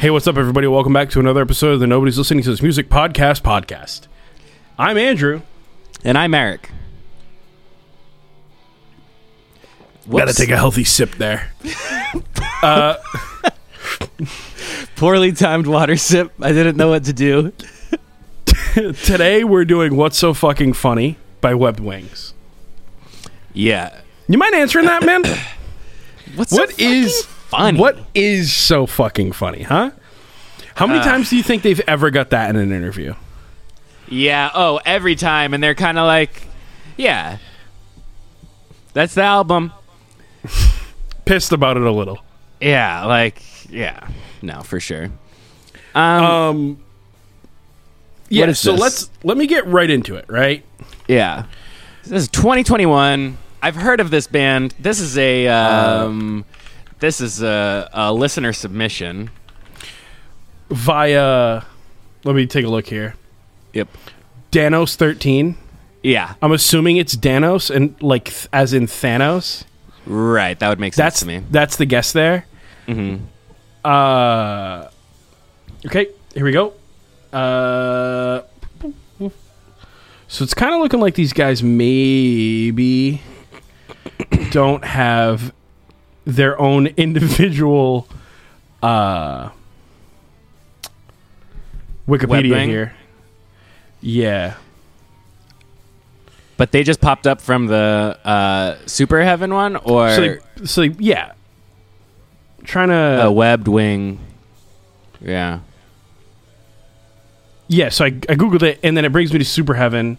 Hey, what's up, everybody? Welcome back to another episode of the Nobody's Listening to This Music Podcast podcast. I'm Andrew. And I'm Eric. Gotta Whoops. take a healthy sip there. poorly timed water sip. I didn't know what to do. Today, we're doing What's So Fucking Funny by Webbed Wings. Yeah. You mind answering that, man? What's What is funny? What is so fucking funny, huh? How many times do you think they've ever got that in an interview? Yeah. Oh, every time, and they're kind of like, yeah. That's the album. Pissed about it a little. Yeah. Like, yeah. No, for sure. Um. Um, yeah. is so this? let's let me get right into it. Right. yeah. This is 2021. I've heard of this band. This is a. Uh. Um, this is a, a listener submission. Via. Let me take a look here. Yep. Danos thirteen. Yeah. I'm assuming it's Danos and like th- as in Thanos. Right. That would make sense That's to me. that's the guess there. Mm-hmm. Uh, okay, here we go. Uh, so it's kind of looking like these guys maybe don't have their own individual uh, Wikipedia thing? here. Yeah. But they just popped up from the uh, Super Heaven one or Uh, So, they, so they- yeah, trying a to webbed wing. Yeah. yeah. So I, I googled it, and then it brings me to Super Heaven,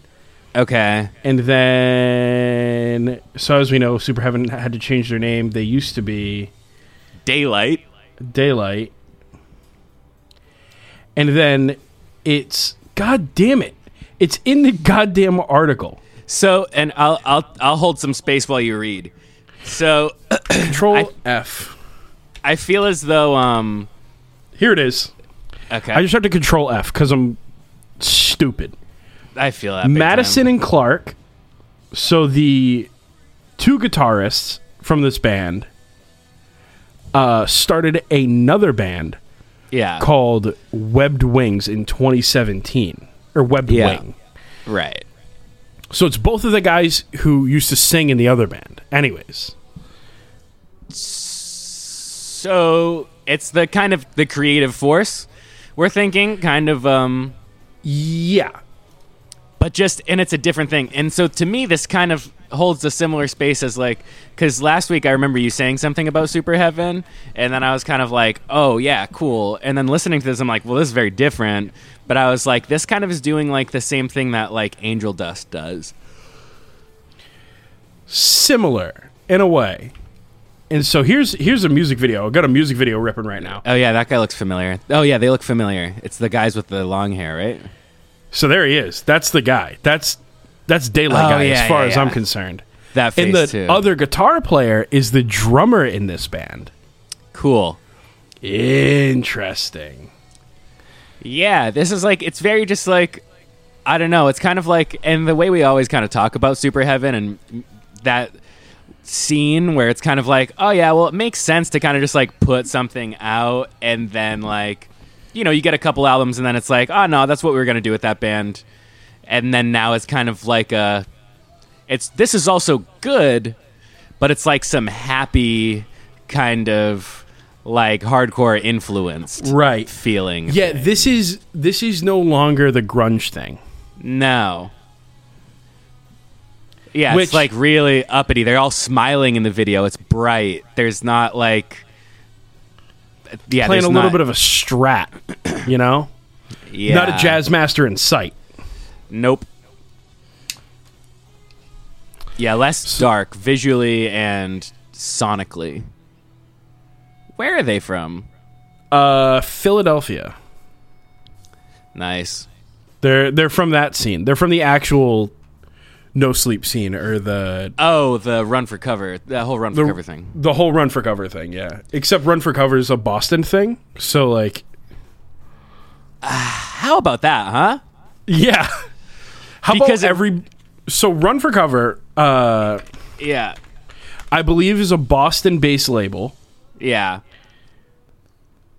Okay. and then so as we know, Super Heaven had to change their name. They used to be Daylight. Daylight, and then it's God damn it, it's in the goddamn article. So, and I'll I'll I'll hold some space while you read. So, Control I- F. I feel as though um Here it is. okay. I just have to Control F because I'm stupid. I feel that big Madison time. and Clark, so the two guitarists from this band, uh, started another band Yeah. called Webbed Wings in 2017 or Webbed Yeah. Wing. Right. So it's both of the guys who used to sing in the other band. Anyways, So, it's the kind of the creative force we're thinking kind of um yeah, but just and it's a different thing and so to me this kind of holds a similar space as like because last week i remember you saying something about super heaven and then i was kind of like oh yeah cool and then listening to this i'm like well this is very different but i was like this kind of is doing like the same thing that like angel dust does similar in a way. And so here's here's a music video. I got a music video ripping right now. oh yeah that guy looks familiar oh yeah they look familiar it's the guys with the long hair right So there he is. That's the guy. That's that's Daylight Oh, guy yeah, as far yeah, as yeah. I'm concerned. that face and the too other guitar player is the drummer in this band. cool Interesting. Yeah, this is like it's very just like I don't know. It's kind of like and the way we always kind of talk about Super Heaven and that scene where it's kind of like, oh yeah, well it makes sense to kind of just like put something out and then like you know, you get a couple albums and then it's like, oh no, that's what we were going to do with that band. And then now it's kind of like a it's this is also good, but it's like some happy kind of like hardcore influenced Right. feeling. Yeah, this is this is no longer the grunge thing. No. Yeah, Which- it's like really uppity. They're all smiling in the video. It's bright. There's not like yeah, Playing a there's little not- bit of a strat, you know? yeah. Not a jazz master in sight. Nope. Yeah, less dark visually and sonically. Where are they from? Uh Philadelphia. Nice. They're they're from that scene. They're from the actual no sleep scene or the Oh, the run for cover, the whole run for cover thing. the whole run for cover thing, yeah. Except run for cover is a Boston thing. So like How about that, huh? Yeah. How Because about it- every so run for cover? Uh, Yeah. I believe is a Boston-based label. Yeah.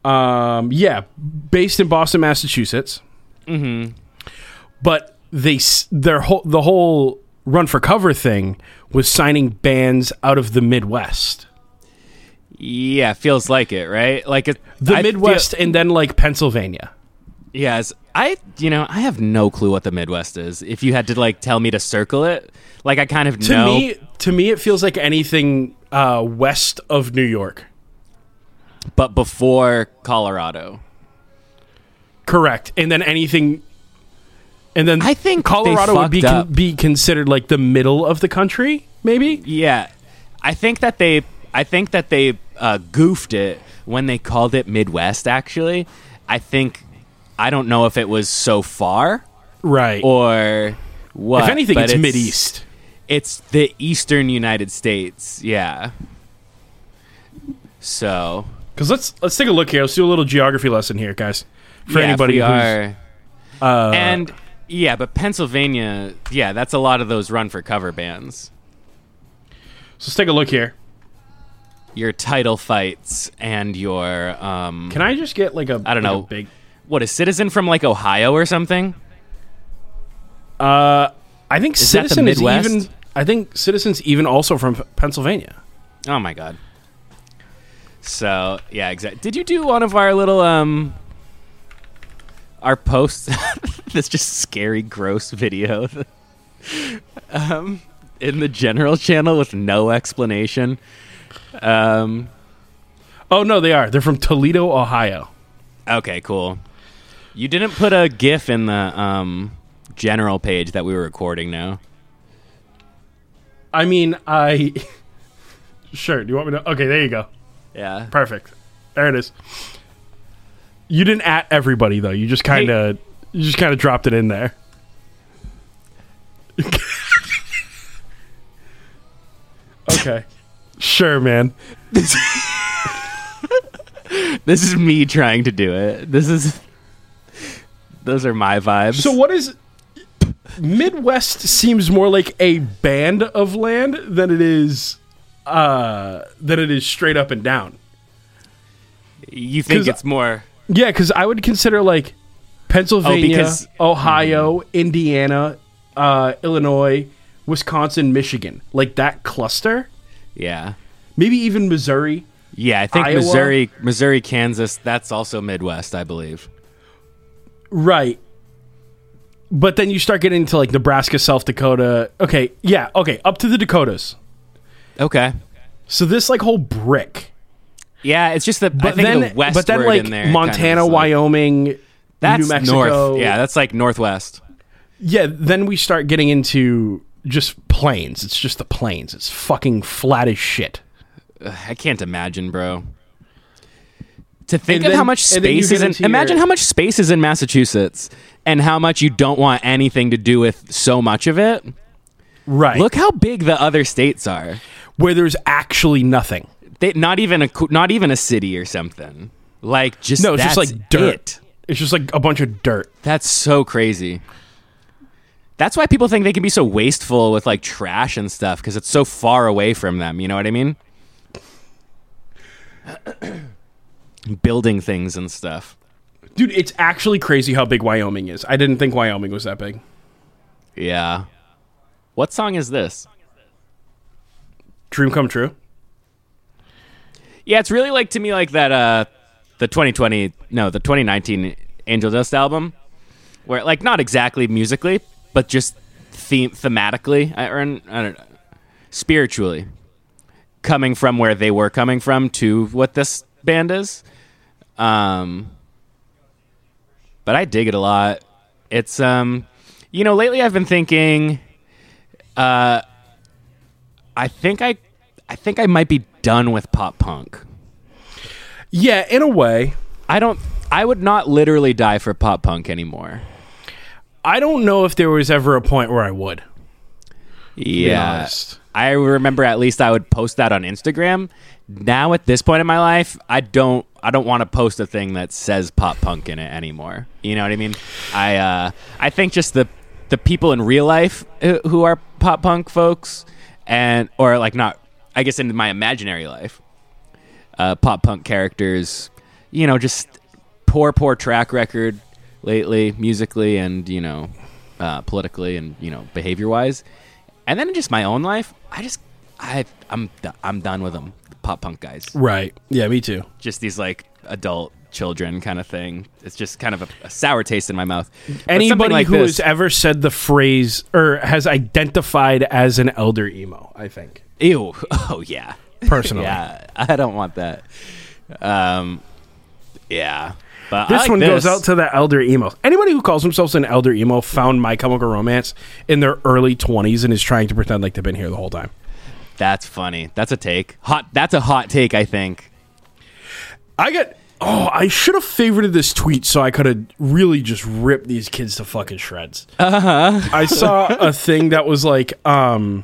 Um, yeah, based in Boston, Massachusetts. Mm-hmm. But they s- their whole the whole run for cover thing was signing bands out of the Midwest, Yeah, feels like it, right? Like it, the I feel- Midwest, and then like Pennsylvania. Yes, I you know I have no clue what the Midwest is. If you had to like tell me to circle it, like I kind of To know. me, to me, it feels like anything uh, west of New York. but before Colorado, Correct, and then anything, and then I think they Colorado would be fucked con- up. be considered like the middle of the country, maybe. yeah, I think that they I think that they uh, goofed it when they called it Midwest. Actually, I think I don't know if it was so far Right. or what. if anything, but it's, Mid East. It's the Eastern United States. Yeah. So Because let's let's take a look here. Let's do a little geography lesson here, guys. For Yeah, if anybody we who's are- uh, and yeah, but Pennsylvania, yeah, that's a lot of those run for cover bands. so let's take a look here. Your title fights and your um, Can I just get like a I don't like a know. big? what a citizen from like Ohio or something. I think that the citizen is Midwest? even. I think citizens even also from P- Pennsylvania. Oh my god. So yeah, exactly. Did you do one of our little um, our posts? this just scary, gross video. um, in the general channel with no explanation. Um. Oh no, they are. They're from Toledo, Ohio. Okay, cool. You didn't put a GIF in the um, general page that we were recording now. I mean, I sure. Do you want me to? Okay, there you go. Yeah. Perfect. There it is. You didn't at everybody though. You just kind of you just kind of dropped it in there. okay. Sure, man. This is me trying to do it. This is. Those are my vibes. So what is Midwest seems more like a band of land than it is uh than it is straight up and down. you think 'cause- it's more. Yeah, cuz I would consider like Pennsylvania, Oh, because- Mm-hmm. Ohio, Indiana, uh Illinois, Wisconsin, Michigan. Like that cluster. Yeah. maybe even Missouri. Yeah, I think Iowa? Missouri, Missouri, Kansas, that's also Midwest, I believe. Right. But then you start getting into like Nebraska, South Dakota. Okay, yeah, okay, up to the Dakotas. Okay. So this like whole brick. Yeah, it's just the. But I think then the West but then word like in there. kind of Montana, is like- Wyoming, that's New Mexico. North. Yeah, that's like Northwest. Yeah, then we start getting into just plains. It's just the plains. It's fucking flat as shit. I can't imagine, bro. To think And of then- how much and then you space get is in into your- imagine how much space is in Massachusetts and how much you don't want anything to do with so much of it. Right. Look how big the other states are. where there's actually nothing. They, not even a co- not even a city or something. Like just No, it's just that's like dirt. it. It's just like a bunch of dirt. That's so crazy. That's why people think they can be so wasteful with like trash and stuff because it's so far away from them. You know what I mean? Building things and stuff. Dude, it's actually crazy how big Wyoming is. I didn't think Wyoming was that big. Yeah. What song is this? Dream come true. Yeah, it's really like to me like that uh the 2020 no, the 2019 Angel Dust album where like not exactly musically, but just theme thematically I- or in- I don't know, spiritually coming from where they were coming from to what this band is. Um but I dig it a lot. It's um you know, lately I've been thinking I think I I think I might be done with pop punk. Yeah, in a way. I don't. I would not literally die for pop punk anymore. I don't know if there was ever a point where I would. Yeah, honest. I remember at least I would post that on Instagram. Now at this point in my life, I don't. I don't want to post a thing that says pop punk in it anymore. You know what I mean? I uh, I think just the the people in real life who who are pop punk folks and or like not. I guess in my imaginary life, uh, pop punk characters you know, just poor, poor track record lately, musically and, you know, uh, politically and, you know, behavior wise. And then in just my own life, I just, I, I'm, do- I'm done with them. Pop punk guys. Right. Yeah, me too. Just these like adult children kind of thing. It's just kind of a, a sour taste in my mouth. But something Anybody like who this- has ever said the phrase or has identified as an elder emo, I think, Ew. Oh yeah. personally. Yeah. I don't want that. Um. Yeah. But I This like one goes this. out to the elder emo. Anybody who calls themselves an elder emo found My Chemical Romance in their early 20s and is trying to pretend like they've been here the whole time. That's funny. That's a take. Hot. That's a hot take. I think. I got. Oh, I should have favorited this tweet so I could have really just ripped these kids to fucking shreds. Uh Uh-huh. huh. I saw a thing that was like, um,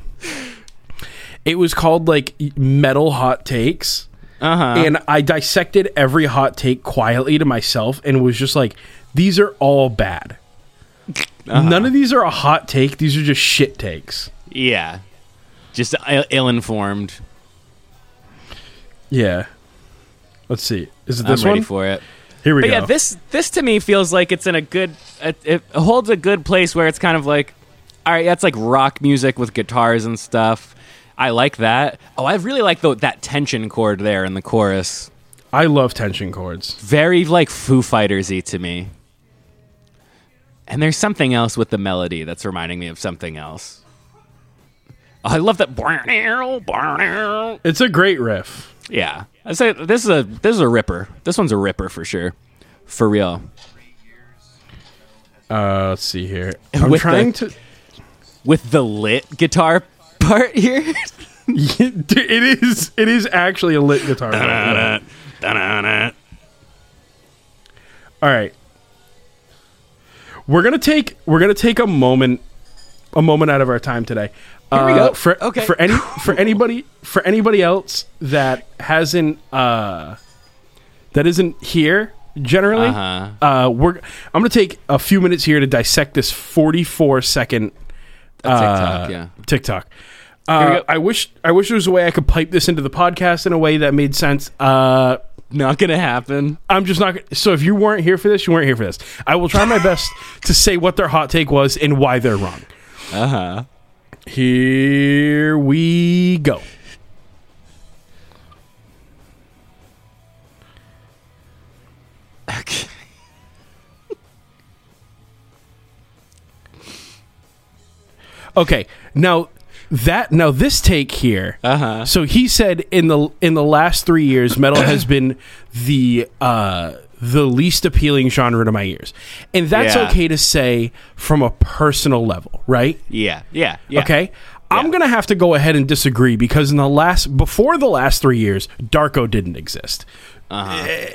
it was called like metal hot takes. Uh huh. and I dissected every hot take quietly to myself and was just like, these are all bad. Uh-huh. None of these are a hot take. These are just shit takes. Yeah. Just Ill- ill-informed. Yeah. Let's see. Is it I'm this ready one? for it. Here we But go. yeah, this this to me feels like it's in a good. It, it holds a good place where it's kind of like, all right, that's like rock music with guitars and stuff. I like that. Oh, I really like the, that tension chord there in the chorus. I love tension chords. Very like Foo Fighters-y to me. And there's something else with the melody that's reminding me of something else. Oh, I love that. It's a great riff. Yeah, I say this is a this is a ripper. This one's a ripper for sure, for real. Uh, let's see here. I'm With trying the- to. with the lit guitar part here. Dude, it is. It is actually a lit guitar. part. All right. We're gonna take we're gonna take a moment a moment out of our time today. Here we Uh, go. For, Okay. For any for anybody for anybody else that hasn't uh that isn't here generally, Uh-huh. uh, we're I'm gonna take a few minutes here to dissect this 44 second TikTok, yeah. Uh, TikTok. we Uh, go. I wish I wish there was a way I could pipe this into the podcast in a way that made sense. Uh, Not gonna happen. I'm just not. So if you weren't here for this, you weren't here for this. I will try my best to say what their hot take was and why they're wrong. Uh huh. Here we go. Okay. Okay, now that now this take here. Uh huh. So he said in the in the last three years, metal has been the uh, the least appealing genre to my ears, and that's Yeah. okay to say from a personal level, right? Yeah. Yeah. Yeah. Okay. I'm going to have to go ahead and disagree because in the last before the last 3 years, Darko didn't exist. A-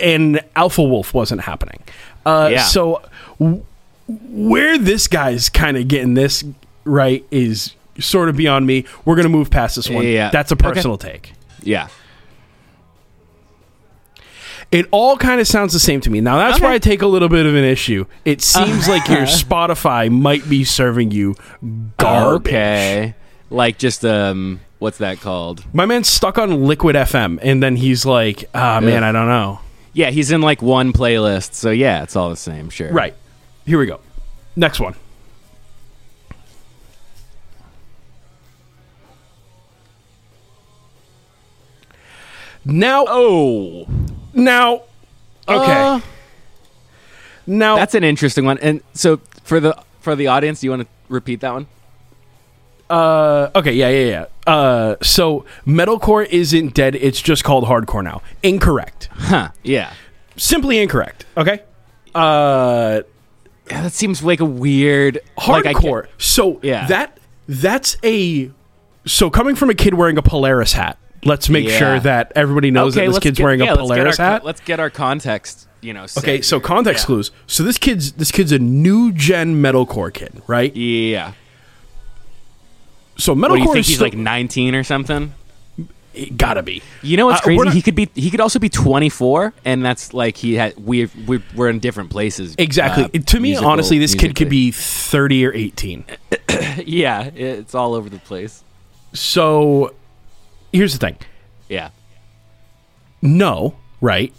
And Alpha Wolf wasn't happening. Uh Uh-huh. Yeah. so w- where this guy's kind of getting this right is sort of beyond me. We're going to move past this one. Yeah. That's a Okay. personal take. Yeah. It all kind of sounds the same to me. Now that's where I Okay. take a little bit of an issue. It seems like your Spotify might be serving you garbage. Okay. Like just um, what's that called? My man's stuck on Liquid FM, and then he's like, "Ah, man, I don't know." Yeah, he's in like one playlist, so yeah, it's all the same. Sure. Right. Here we go. Next one. Now, Oh. now, okay. Uh, now, that's an interesting one. And so for the for the audience, do you want to repeat that one? uh, okay, yeah, yeah, yeah. Uh, so metalcore isn't dead; it's just called hardcore now. Incorrect. Huh. Yeah. Simply incorrect. Okay. Uh, Yeah, that seems like a weird like, I can't- hardcore. so Yeah. that that's a so coming from a kid wearing a Polaris hat. Let's make Yeah. sure that everybody knows that this let's kid's get- wearing yeah, a let's get Polaris our, co- hat. Let's get our context, you know. set Okay, so here. context Yeah. clues. So this kid's this kid's a new gen metalcore kid, right? Yeah. So What do you metalcore think is he's still- like 19 or something? it gotta be. You know what's Uh, crazy? we're not- he could be. He could also be 24, and that's like he had. We we we're in different places. Exactly. uh, to me, musical- honestly, this kid could musically. be thirty or eighteen. Yeah, it's all over the place. So here's the thing. Yeah. No, right?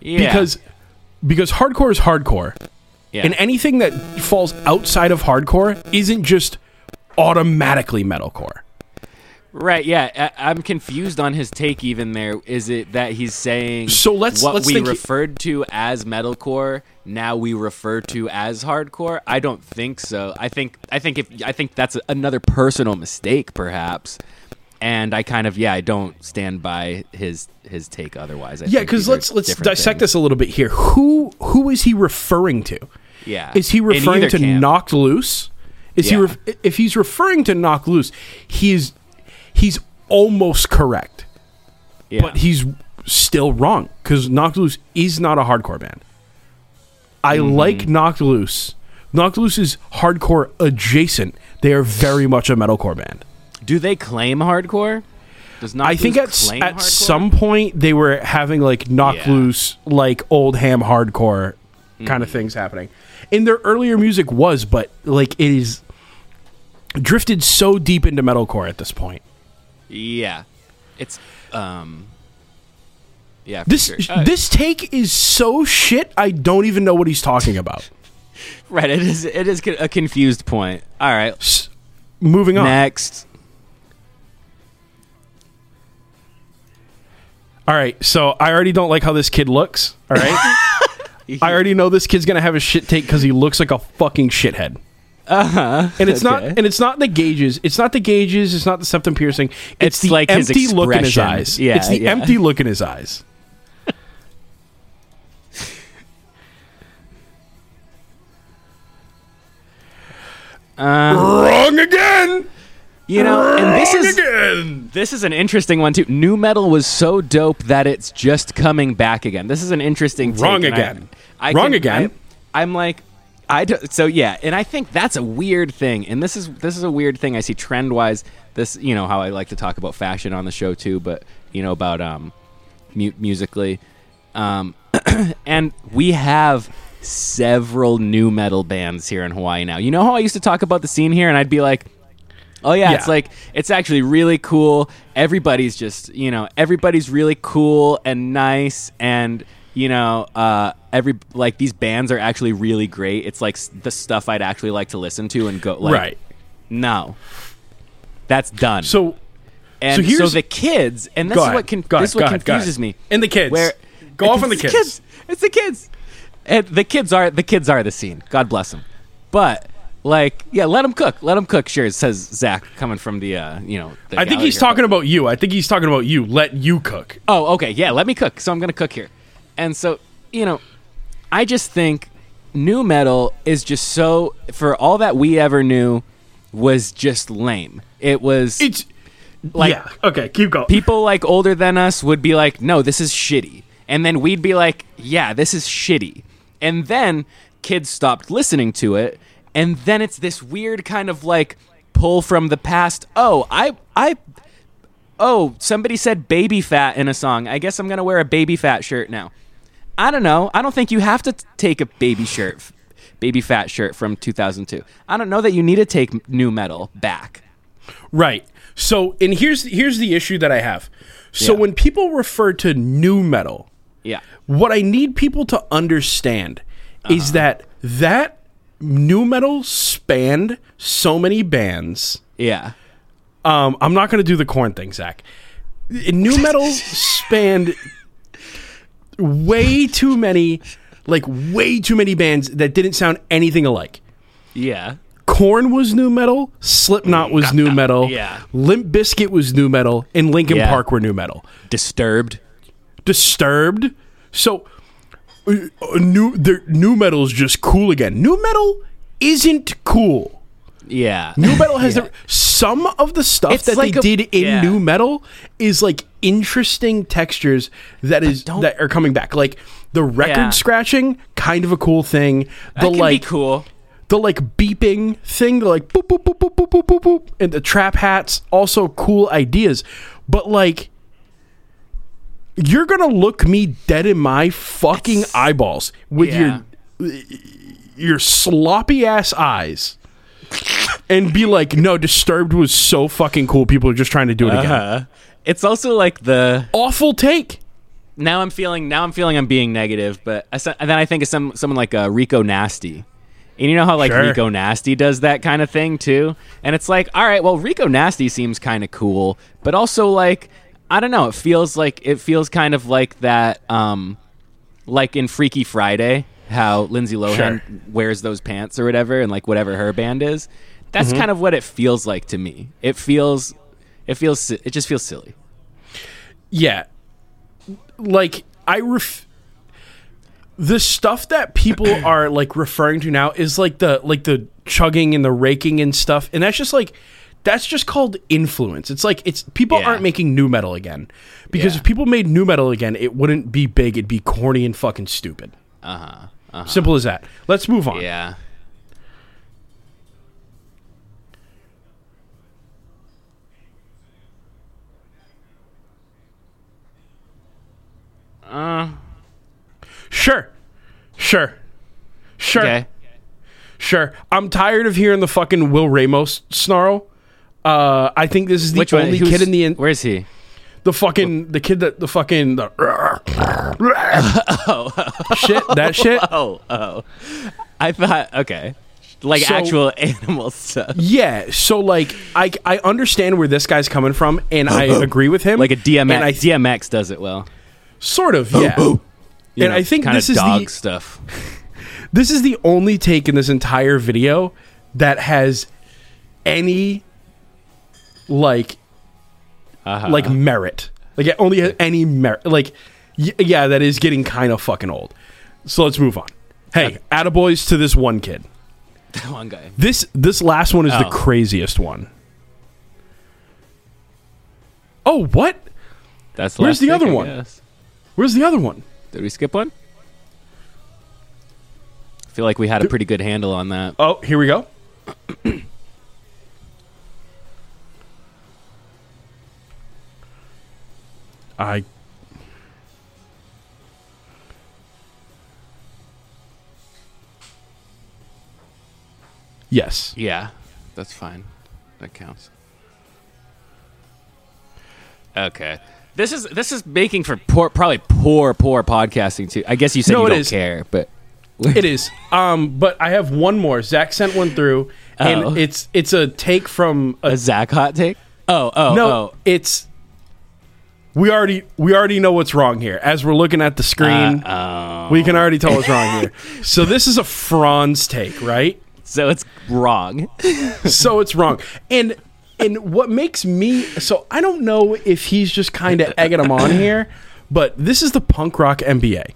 Yeah. because because hardcore is hardcore, yeah. and anything that falls outside of hardcore isn't just automatically metalcore. Right, yeah. I, I'm confused on his take even there. Is it that he's saying So let's- what let's we think he- referred to as metalcore now we refer to as hardcore? I don't think so. I think I think if I think that's another personal mistake perhaps. And I kind of yeah, I don't stand by his his take otherwise. I Yeah, think because these are let's let's different dissect things. this a little bit here. Who who is he referring to? Yeah. Is he In referring either to camp. knocked loose? Is he Yeah. ref- if he's referring to knocked loose, he is he's almost correct, Yeah. but he's still wrong because knocked loose is not a hardcore band. I Mm-hmm. like knocked loose. Knocked loose is hardcore adjacent. They are very much a metalcore band. Do they claim hardcore? Does not I think at, s- claim at hardcore? some point they were having like knock Yeah. loose, like old ham hardcore kind of Mm-hmm. things happening. And their earlier music was, but like it is drifted so deep into metalcore at this point. Yeah. It's um yeah, for This sure. Uh, this take is so shit. I don't even know what he's talking about. Right, it is. It is a confused point. All right, S- Moving on. next. All right, so I already don't like how this kid looks. All right, I already know this kid's gonna have a shit take because he looks like a fucking shithead. Uh huh. And it's not, Okay. and it's not the gauges. It's not the gauges. It's not the septum piercing. It's, It's the like his empty look in his expression. eyes. Yeah, it's the yeah. empty look in his eyes. Uh, Wrong again. You know, and this Wrong is again. this is an interesting one too. New metal was so dope that it's just coming back again. This is an interesting. take, Wrong and I- again. I, Wrong can- again. I, am like, I do, so yeah, and I think that's a weird thing. And this is this is a weird thing I see trend wise. This you know how I like to talk about fashion on the show too, but you know about um, mu- musically, um, and we have several new metal bands here in Hawaii now. You know how I used to talk about the scene here, and I'd be like. Oh yeah, it's Yeah. like it's actually really cool. Everybody's just you know everybody's really cool and nice and you know uh, every like these bands are actually really great. It's like s- the stuff I'd actually like to listen to and go like right. no, that's done. So and so so, here's- the kids and this go is ahead. what con- go ahead, this is what go ahead, go ahead. confuses me And the kids. where go off on the It's kids. It's the kids. And the kids are the kids are the scene. God bless them. But like, yeah, let them cook. Let them cook. Sure, says Zach, coming from the uh, you know. The I think gallery he's here. talking about you. I think he's talking about you. Let you cook. Oh, okay, yeah. Let me cook. So I'm gonna cook here, and so you know, I just think new metal is just so for all that we ever knew was just lame. It was It's like yeah. Okay, keep going. people like older than us would be like, no, this is shitty. And then we'd be like, yeah, this is shitty. And then kids stopped listening to it. And then it's this weird kind of like pull from the past. Oh, I, I, oh, somebody said baby fat in a song. I guess I'm going to wear a baby fat shirt now. I don't know. I don't think you have to t- take a baby shirt, f- baby fat shirt from 2002. I don't know that you need to take m- new metal back. Right. So, and here's here's the issue that I have. So Yeah. when people refer to new metal, Yeah. what I need people to understand Uh-huh. is that that new metal spanned so many bands. Yeah. Um, I'm not going to do the corn thing, Zach. New metal spanned way too many, like way too many bands that didn't sound anything alike. Yeah. Corn was new metal, Slipknot was new metal, yeah. Limp Biscuit was new metal, and Linkin Yeah. Park were new metal. Disturbed. Disturbed. So uh, uh, new their new metal is just cool again. New metal isn't cool. Yeah. New metal has their, some of the stuff It's that like they a- did in yeah. new metal is like interesting textures that is don't- that are coming back. Like the record Yeah. scratching, kind of a cool thing. The That can like be cool. the like beeping thing, the like boop boop boop boop boop boop boop boop, and the trap hats, also cool ideas. But like, you're gonna look me dead in my fucking eyeballs with your your sloppy ass eyes, and be like, "No, Disturbed was Uh-huh. so fucking cool. People are just trying to do it again." Uh, it's also like the Awful take. now I'm feeling now I'm feeling I'm being negative, but I, and then I think of some someone like uh, Rico Nasty. And you know how like Sure. Rico Nasty does that kind of thing too? And it's like, all right, well Rico Nasty seems kind of cool, but also like I don't know, it feels like it feels kind of like that um like in Freaky Friday how Lindsay Lohan Sure. wears those pants or whatever and like whatever her band is. That's Mm-hmm. kind of what it feels like to me. It feels it feels si- it just feels silly. Yeah. Like I ref the stuff that people are like referring to now is like the like the chugging and the raking and stuff and that's just like that's just called influence. It's like it's people Yeah. aren't making new metal again. Because Yeah. if people made new metal again, it wouldn't be big, it'd be corny and fucking stupid. Uh-huh. Simple as that. Let's move on. Yeah. Sure. Sure. Sure. Okay. Sure. I'm tired of hearing the fucking Will Ramos snarl. Uh, I think this is the Which one? only Who's- kid in the in- Where's he? the fucking the kid that the fucking the shit that shit Oh, oh. I thought okay. Like So- actual animal stuff. yeah so like i i understand where this guy's coming from and i agree with him Like a DMX. and i DMX does it well. sort of yeah You and know, i think kinda this is dog the stuff. this is the only take in this entire video that has any like Uh-huh. like merit like it only has any merit like y- yeah that is getting kind of fucking old so let's move on hey attaboys to this one kid that one guy. This this last one is the Oh. craziest one. Oh, what? That's Where's last the pick, other I one? guess. Where's the other one? Did we skip one? I feel like we had a pretty good handle on that. Oh, here we go. I Yes. Yeah, that's fine. That counts. Okay. This is this is making for poor, probably poor, poor podcasting too. I guess you said No, you it don't is. care, but It is. Um, but I have one more. Zach sent one through, and Oh. it's it's a take from a a Zach hot take. Oh, oh, No, oh. it's we already we already know what's wrong here. As we're looking at the screen, Uh, oh. we can already tell what's wrong here. So this is a Franz take, right? So it's wrong. So it's wrong. And and what makes me so I don't know if he's just kind of egging him on here, but this is the punk rock MBA.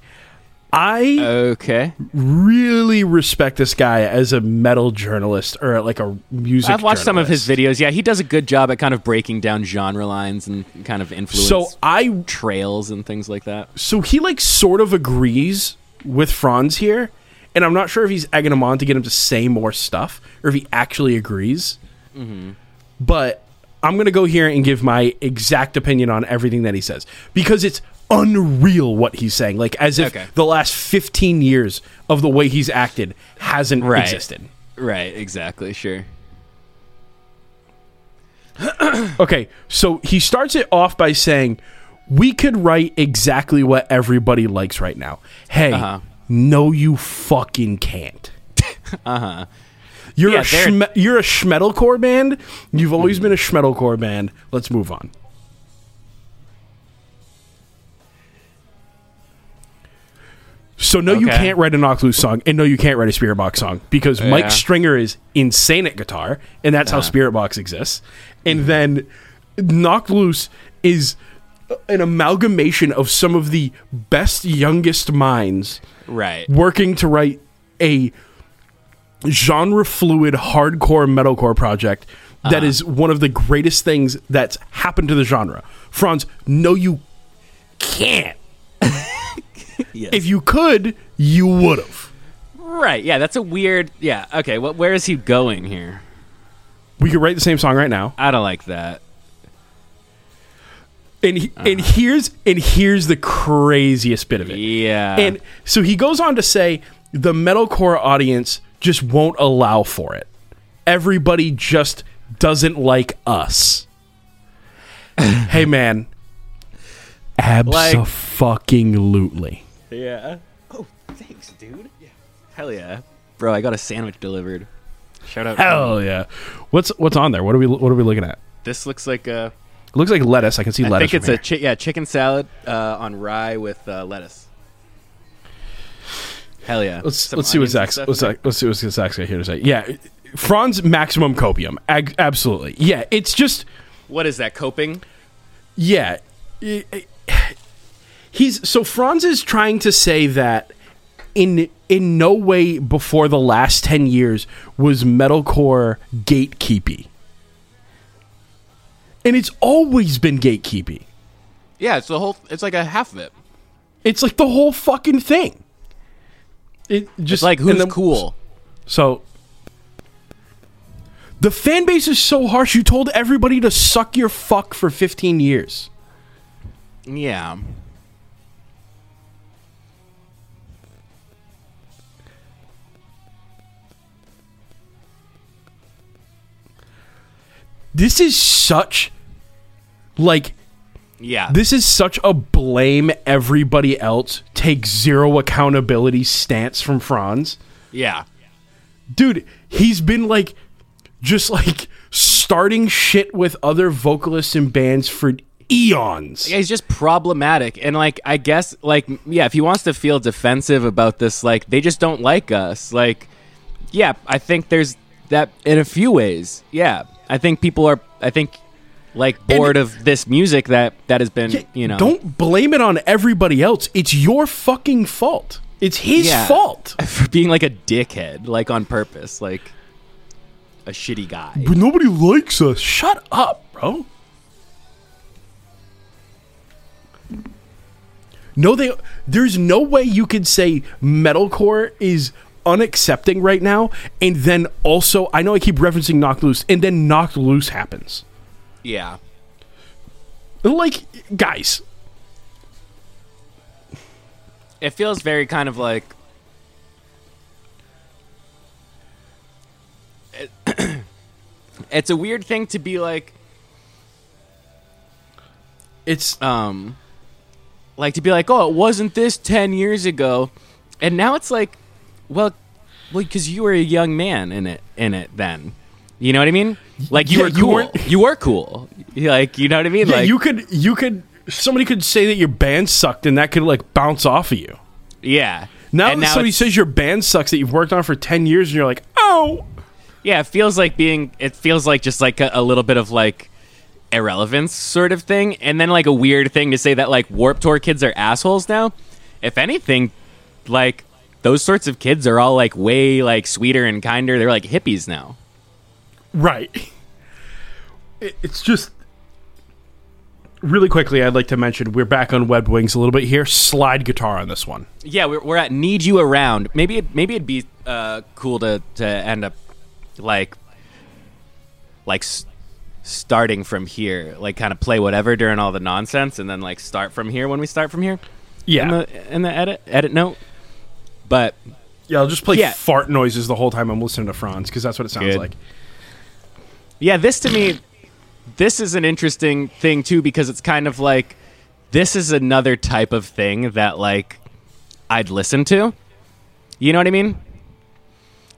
I Uh, okay. really respect this guy as a metal journalist or like a music. I've watched some of journalist. his videos. Yeah, he does a good job at kind of breaking down genre lines and kind of influence So I trails and things like that. so he like sort of agrees with Franz here, and I'm not sure if he's egging him on to get him to say more stuff or if he actually agrees. Mm-hmm. But I'm gonna go here and give my exact opinion on everything that he says because it's unreal what he's saying. Like as if Okay. the last 15 years of the way he's acted hasn't Right. existed. Right. Exactly. Sure. Okay, so he starts it off by saying, "We could write exactly what everybody likes right now." Hey, Uh-huh. no, you fucking can't. uh huh. You're Uh-huh. Yeah, a they're- schme- you're a schmetalcore band. You've always been a schmetalcore band. Let's move on. So no, you Okay. can't write an Oculus song, and no, you can't write a Spirit Box song because Yeah. Mike Stringer is insane at guitar, and that's how Spirit Box exists. And then Knocked Loose is an amalgamation of some of the best youngest minds Right. working to write a genre fluid hardcore metalcore project that is one of the greatest things that's happened to the genre. Franz, no, you can't. Yes. If you could, you would have. Right. Yeah. That's a weird. Yeah. Okay. What? Where is he going here? We could write the same song right now. I don't like that. And he, and here's and here's the craziest bit of it. Uh-huh. Yeah. And so he goes on to say the metalcore audience just won't allow for it. Everybody just doesn't like us. hey man, Abso-fucking-lutely. Yeah. Oh, thanks, dude. Yeah. Hell yeah, bro! I got a sandwich delivered. Shout out. Hell yeah. What's what's on there? What are we what are we looking at? This looks like a. It looks like lettuce. I can see I lettuce. think it's from a chi- yeah chicken salad uh, on rye with uh, lettuce. Hell yeah! Let's Some let's see what onions and Zach's stuff let's, in there. let's see what Zach's got here to say. Yeah, Franz maximum copium. Ag- absolutely. Yeah, it's just What is that coping? yeah. I- I- He's so Franz is trying to say that in in no way before the last ten years was metalcore gatekeepy, and it's always been gatekeepy. Yeah, it's the whole. It's like a half of it. It's like the whole fucking thing. It just It's like who's and then- cool? So the fan base is so harsh. You told everybody to suck your fuck for 15 years. Yeah. This is such like Yeah. this is such a blame everybody else take zero accountability stance from Franz. yeah. Dude, he's been like just like starting shit with other vocalists and bands for eons. Yeah, he's just problematic. And, like, I guess, like, m- yeah, if he wants to feel defensive about this, like, they just don't like us. Like, yeah, I think there's that in a few ways. Yeah. I think people are, I think, like, bored of this music that that has been, you know. Don't blame it on everybody else. It's your fucking fault. It's his Yeah. fault. For being, like, a dickhead, like, on purpose. Like, a shitty guy. But nobody likes us. Shut up, bro. No, they. There's no way you could say metalcore is unaccepting right now, and then also I know I keep referencing Knocked Loose, and then Knocked Loose happens. Yeah. Like, guys, It feels very kind of like. It- it's a weird thing to be like. it's um like to be like oh it wasn't this 10 years ago and now it's like well well because you were a young man in it in it then you know what i mean like you Yeah, were you cool weren't- you were cool like you know what i mean yeah. like you could you could somebody could say that your band sucked, and that could like bounce off of you. yeah Now And that somebody it's- says your band sucks that you've worked on for ten years, and you're like, oh, yeah it feels like being it feels like just like a, a little bit of like irrelevance sort of thing and then like a weird thing to say that like warp tour kids are assholes now if anything like those sorts of kids are all like way like sweeter and kinder they're like hippies now Right. It- It's just really quickly. I'd like to mention we're back on Web Wings a little bit here. Slide guitar on this one. yeah we're, we're at need you around maybe it, maybe it'd be uh cool to to end up like like s- starting from here like kind of play whatever during all the nonsense and then like start from here when we start from here in Yeah, the in the edit edit note. But yeah. I'll just play Yeah. fart noises the whole time I'm listening to Franz because that's what it sounds Good. like. yeah, this to me, this is an interesting thing too because it's kind of like this is another type of thing that like I'd listen to. You know what I mean?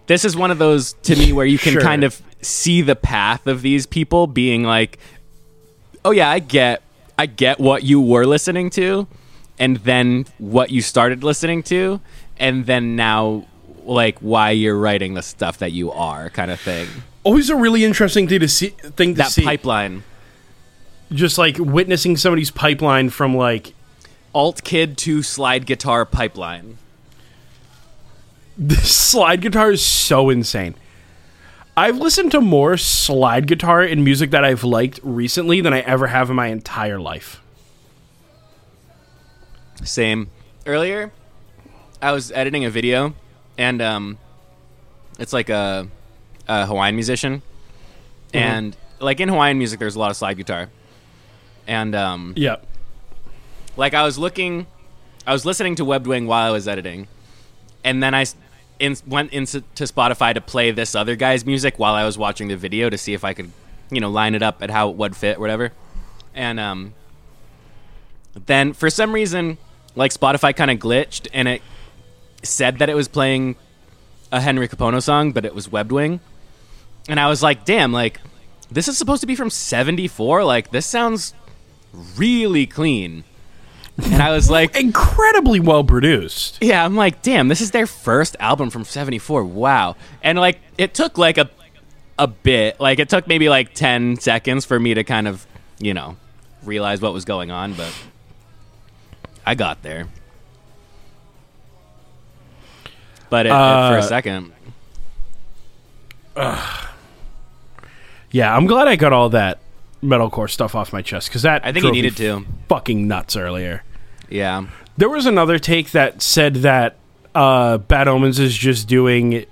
This is one of those to me where you can Sure. kind of see the path of these people being like, "Oh yeah, I get, I get what you were listening to, and then what you started listening to, and then now." like why you're writing the stuff that you are kind of thing Always a really interesting thing to see. Thing to that see. pipeline just like witnessing somebody's pipeline from like alt kid to slide guitar pipeline this slide guitar is so insane. I've listened to more slide guitar in music that I've liked recently than I ever have in my entire life. same earlier i was editing a video and um it's like a, a hawaiian musician and like in hawaiian music there's a lot of slide guitar and um Yeah. like I was looking, I was listening to Webwing while I was editing, and then I s- in, went into to Spotify to play this other guy's music while I was watching the video to see if I could, you know, line it up at how it would fit, whatever. And um, Then for some reason, like Spotify kind of glitched and it said that it was playing a Henry Capono song, but it was Webwing. And I was like, damn, like this is supposed to be from 74. Like this sounds really clean. And I was like, Incredibly well produced. yeah, I'm like, damn, this is their first album from 74. Wow. And like it took like a a bit. Like it took maybe like 10 seconds for me to kind of, you know, realize what was going on, but I got there. But it, it- Uh, for a second, Yeah, I'm glad I got all that metalcore stuff off my chest because that I think you drove me needed to. fucking nuts earlier. Yeah. There was another take that said that uh, Bad Omens is just doing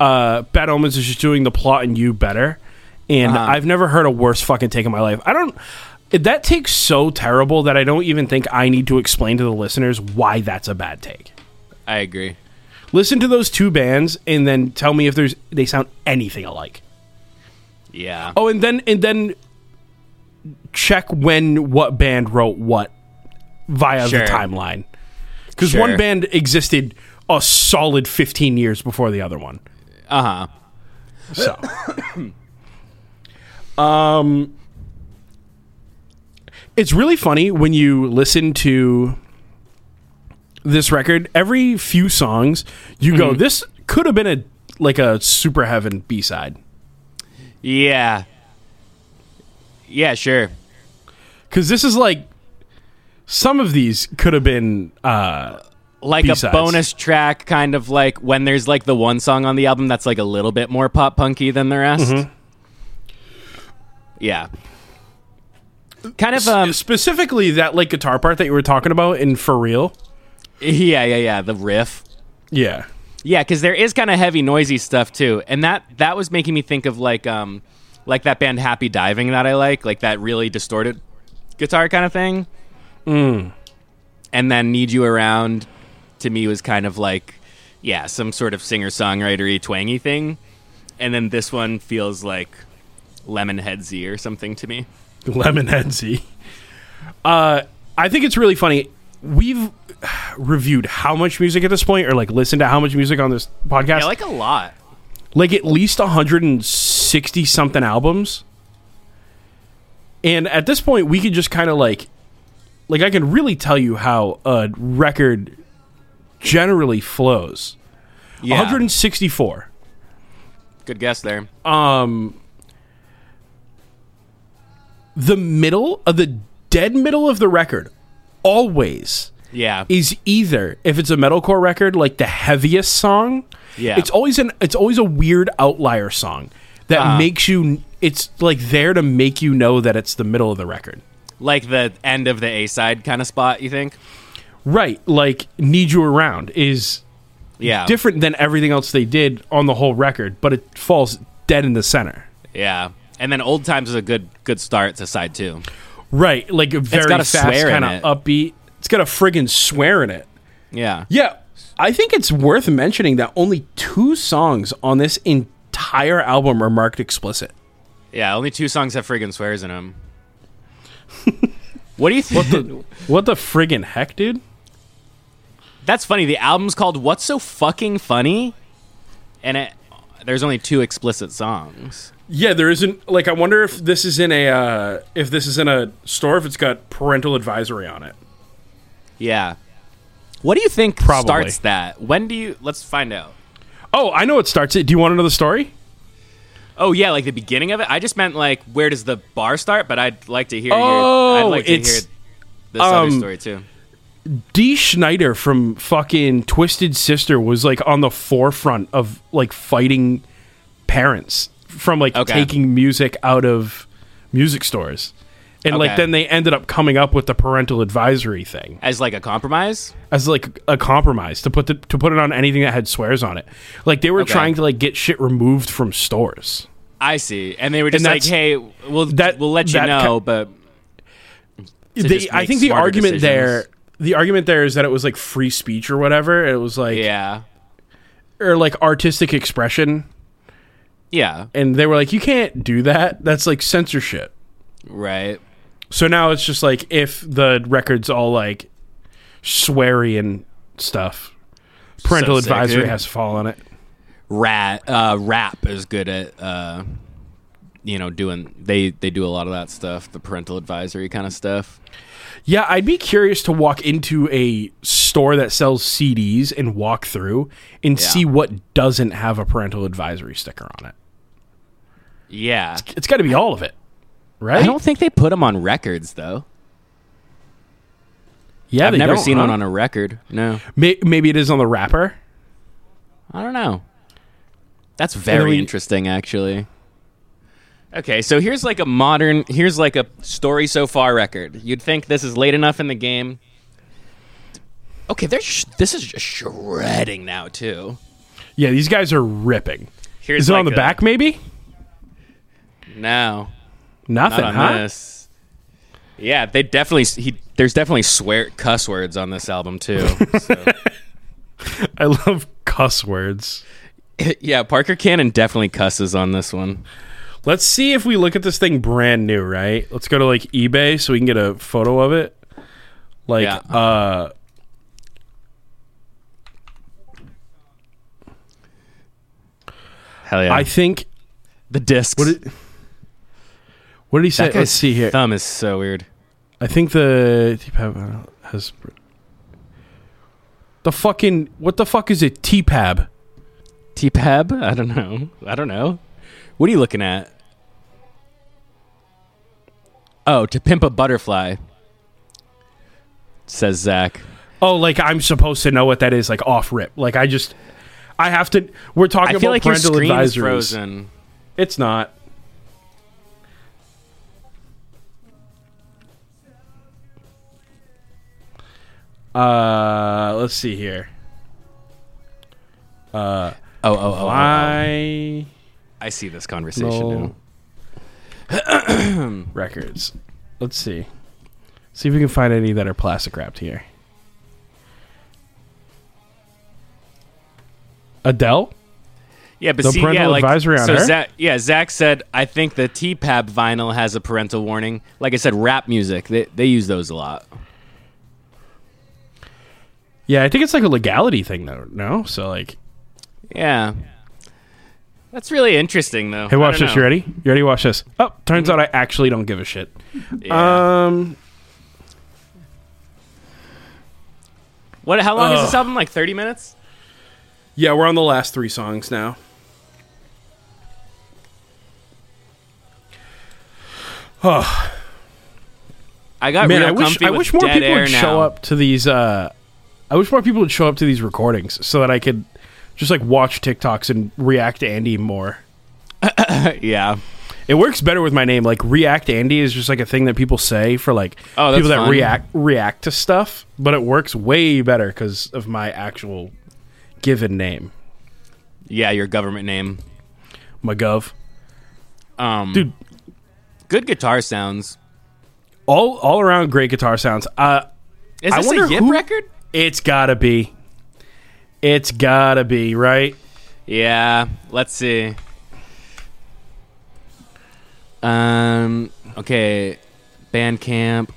uh, Bad Omens is just doing the plot and you better. And Uh-huh. I've never heard a worse fucking take in my life. I don't. That take's so terrible that I don't even think I need to explain to the listeners why that's a bad take. I agree. Listen to those two bands and then tell me if there's they sound anything alike. Yeah. Oh, and then and then check when what band wrote what via Sure. the timeline. Because one Sure. band existed a solid fifteen years before the other one. Uh-huh. So, um, it's really funny when you listen to this record. Every few songs, you go, "This could have been a like a super heaven B side." Yeah. Yeah, sure. Because this is like some of these could have been uh, like B-sides. a bonus track kind of like when there's like the one song on the album that's like a little bit more pop punky than the rest yeah kind of um specifically that like guitar part that you were talking about in for real. yeah yeah yeah the riff Yeah, yeah because there is kind of heavy noisy stuff too and that that was making me think of like um like that band happy diving that i like like that really distorted guitar kind of thing mm. and then need you around to me was kind of like yeah some sort of singer songwritery twangy thing and then this one feels like lemonhead z or something to me Lemonhead Z. Uh, I think it's really funny. We've reviewed how much music at this point, or like listened to how much music on this podcast. yeah like, like a lot at least 160 something albums. And at this point, we could just kind of like, like I can really tell you how a record generally flows. yeah 164. good guess there The middle of the dead middle of the record always yeah is either if it's a metalcore record like the heaviest song, Yeah. It's always an it's always a weird outlier song that Uh-huh. makes you it's like there to make you know that it's the middle of the record. like the end of the a side kind of spot you think Right, like Need You Around is yeah different than everything else they did on the whole record, but it falls dead in the center. Yeah, and then old times is a good good start to side two. Right, like a very got a fast swear in kind of it. upbeat. It's got a friggin' swear in it. Yeah, Yeah, I think it's worth mentioning that only two songs on this entire album are marked explicit. yeah. Only two songs have friggin' swears in them. what do you think? What the friggin' heck, dude? That's funny. The album's called "What's So Fucking Funny," and it there's only two explicit songs. Yeah, there isn't. Like, I wonder if this is in a uh, if this is in a store if it's got parental advisory on it. Yeah. What do you think Probably. starts that? When do you? Let's find out. Oh, I know it starts it. Do you want to know the story? Oh yeah, like the beginning of it. I just meant like where does the bar start? But I'd like to hear. your, Oh, I'd like to it's- hear this other um, story too. D. Schneider from fucking Twisted Sister was like on the forefront of like fighting parents from like Okay. taking music out of music stores. And like Okay. then they ended up coming up with the parental advisory thing As like a compromise. as like a compromise to put the, to put it on anything that had swears on it. Like they were Okay. trying to like get shit removed from stores. I see. And they were just And like, that's- "Hey, we'll that- we'll let you that know," but They- just I make think the smarter argument there decisions. the argument there is that it was like free speech or whatever. It was like yeah, or like artistic expression yeah, and they were like, "You can't do that. That's like censorship." right. So now it's just like if the record's all like sweary and stuff, parental So sick, advisory dude. has to fall on it. Rat uh, rap is good at uh, you know doing they they do a lot of that stuff, the parental advisory kind of stuff. Yeah, I'd be curious to walk into a store that sells CDs and walk through and Yeah. see what doesn't have a parental advisory sticker on it. Yeah, It's got to be all of it, right? I don't think they put them on records though. yeah, I've never seen one on a record. No, May- maybe it is on the wrapper. I don't know. That's very we- interesting, actually. Okay, so here's like a modern, here's like a story so far record. You'd think this is late enough in the game. Okay, they're sh- this is just shredding now too. Yeah, these guys are ripping. Here's Is it on like the a- back? Maybe No, nothing. not on huh? this. Yeah, they definitely he. There's definitely swear cuss words on this album too. so. I love cuss words. yeah, Parker Cannon definitely cusses on this one. Let's see if we look at this thing brand new, right? Let's go to like eBay so we can get a photo of it. Like, Yeah. uh, Hell yeah! I think the discs. what did what did he say? That guy's Let's see here. Thumb is so weird. I think the Deep Pab has the fucking what the fuck is it? T Pab. T-Pab? I don't know. I don't know. What are you looking at? Oh, to pimp a butterfly. Says Zach. Oh, like I'm supposed to know what that is? Like off rip. Like I just I have to. We're talking I feel about like your parental screen is advisories. frozen. It's not. Uh, let's see here. Oh, oh, oh, oh, oh. I I see this conversation No. now. records. Let's see. See if we can find any that are plastic wrapped here. Adele? Yeah, but The see, yeah, parental like, advisory on so her? Zach, yeah, Zach said, I think the T-Pab vinyl has a parental warning. Like I said, rap music, they, they use those a lot. Yeah, I think it's like a legality thing though, no? So like Yeah. That's really interesting, though. Hey, I watch don't this. know. Mm-hmm. You ready? You ready? Watch this. Oh, turns out I actually don't give a shit. Yeah. Um, What? How long is this Ugh. album? Like thirty minutes? yeah, we're on the last three songs now. I got Man, real I wish comfy I with wish more dead people air would now. show up to these. Uh, I wish more people would show up to these recordings so that I could just like watch TikToks and react to Andy more. yeah, It works better with my name. Like React Andy is just like a thing that people say for like Oh, that's people that fun. react react to stuff, but it works way better because of my actual given name, yeah, your government name, McGov. um, Dude. Good guitar sounds. All all around great guitar sounds. Uh, Is I this wonder a Yip who- record? It's gotta be. It's gotta be, right? Yeah. Let's see. Um. Okay. Bandcamp.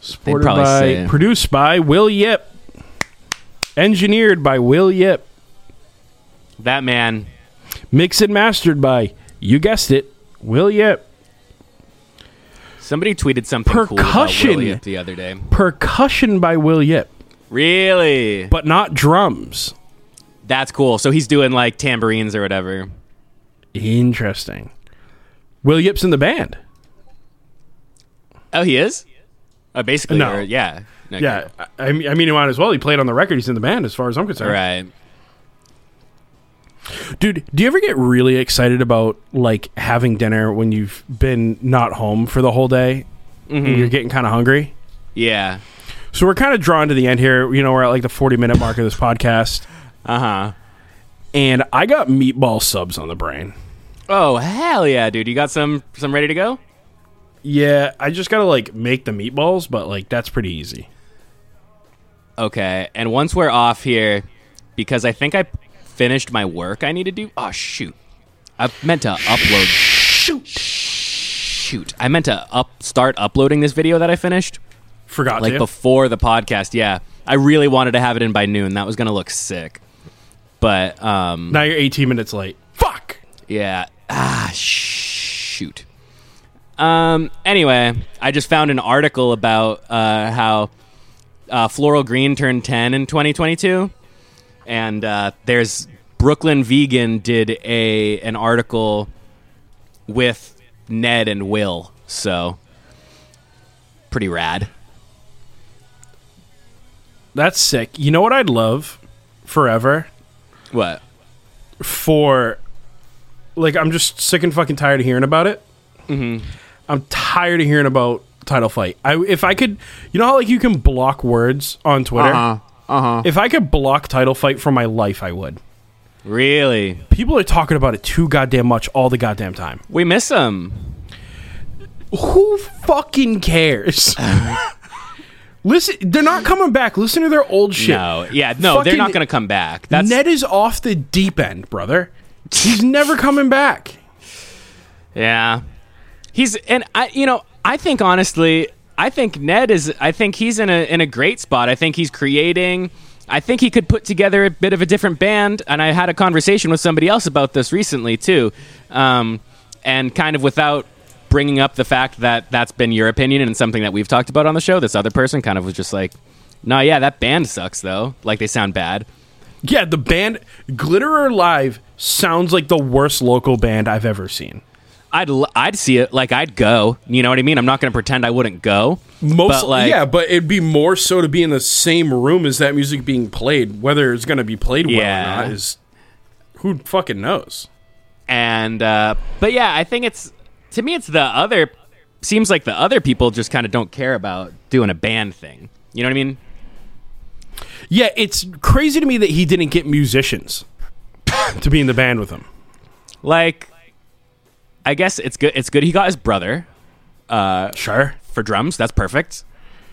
Supported probably by, say- produced by Will Yip, engineered by Will Yip, That man. mixed and mastered by, you guessed it, Will Yip. Somebody tweeted something cool Percussion. about Will Yip the other day. Percussion by Will Yip, Really? but not drums. That's cool. So he's doing like tambourines or whatever. Interesting. Will Yip's in the band. Oh, he is. Uh, basically, No. or- yeah. No, Yeah, I, I mean, I mean, he might as well. He played on the record. He's in the band, as far as I'm concerned. Right. Dude, do you ever get really excited about like having dinner when you've been not home for the whole day and you're getting kind of hungry? Yeah. So we're kind of drawn to the end here. You know, we're at like the 40 minute mark of this podcast. Uh huh. And I got meatball subs on the brain. Oh hell yeah, dude! You got some some ready to go? Yeah, I just got to like make the meatballs, but like that's pretty easy. Okay. And once we're off here, because I think I finished my work, I need to do. Oh shoot! I meant to upload. Shoot. shoot, I meant to up start uploading this video that I finished Forgot like to. before the podcast. Yeah, I really wanted to have it in by noon. That was gonna look sick. But um, now you're 18 minutes late. Fuck. yeah. Ah, shoot. Um. Anyway, I just found an article about uh, how uh, Floral Green turned 10 in 2022, and uh, there's Brooklyn Vegan did a an article with Ned and Will. So pretty rad. That's sick. You know what I'd love forever? What? for like I'm just sick and fucking tired of hearing about it. Mm-hmm. I'm tired of hearing about title fight. I if I could, you know how like you can block words on Twitter. Uh-huh. If I could block title fight for my life, I would. Really? People are talking about it too goddamn much all the goddamn time. We miss him. Who fucking cares? Listen, they're not coming back. Listen to their old shit. No. Yeah. No. they're Fucking not gonna come back. That's Ned is off the deep end, brother. He's never coming back. Yeah. He's and I you know, I think honestly, I think Ned is I think he's in a in a great spot. I think he's creating I think he could put together a bit of a different band and I had a conversation with somebody else about this recently too. Um and kind of without bringing up the fact that that's been your opinion and something that we've talked about on the show, this other person kind of was just like, "No, yeah, that band sucks though. Like they sound bad." Yeah, the band Glitterer Live sounds like the worst local band I've ever seen. I'd l- I'd see it like I'd go. You know what I mean? I'm not going to pretend I wouldn't go. Most But, like- yeah, but it'd be more so to be in the same room as that music being played. Whether it's going to be played well Yeah. or not is who fucking knows. and uh, but yeah, I think it's to me it's the other seems like the other people just kind of don't care about doing a band thing. You know what I mean? Yeah, it's crazy to me that he didn't get musicians to be in the band with him. Like, I guess it's good. It's good he got his brother Sure, for drums. That's perfect.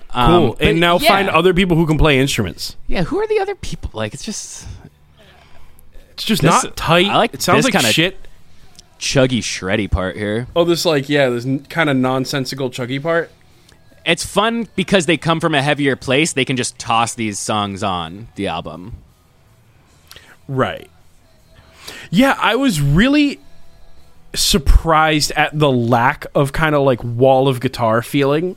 cool. Um, but and now yeah. find other people who can play instruments. Yeah, who are the other people? Like, it's just It's just This- not tight. I like it sounds this like kinda- shit. chuggy shreddy part here. Oh, this like yeah, this kind of nonsensical chuggy part. It's fun because they come from a heavier place. They can just toss these songs on the album. Right. Yeah, I was really surprised at the lack of kind of like wall of guitar feeling.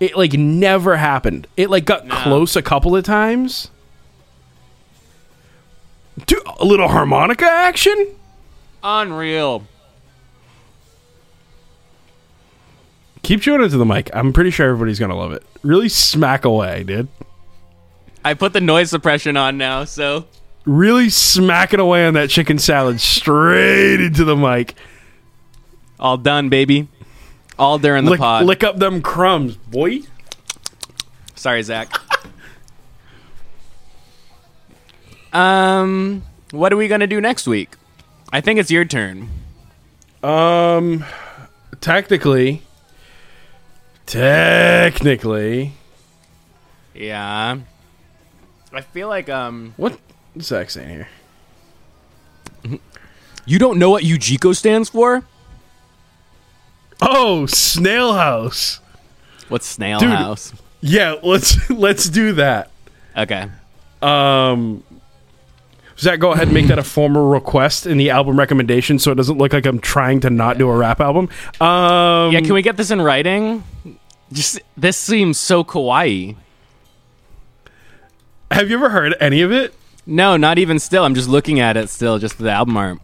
It like never happened. It like got close a couple of times. Dude, a little harmonica action? Unreal. Keep chewing into the mic. I'm pretty sure everybody's going to love it. Really smack away, dude. I put the noise suppression on now, so Really smacking away on that chicken salad straight into the mic. all done, baby. All during the Lick, pod. lick up them crumbs, boy. Sorry, Zach. um, what are we gonna do next week? I think it's your turn. Um, technically, technically, Yeah. I feel like um. what is Zach saying here? You don't know what UGCO stands for? Oh, Snail House. What's Snail Dude. House? Yeah, let's let's do that. Okay. Um, Zach, go ahead and make that a formal request in the album recommendation, so it doesn't look like I'm trying to not do a rap album. Um, Yeah, can we get this in writing? Just this seems so kawaii. have you ever heard any of it? No, not even still. I'm just looking at it still, just the album art.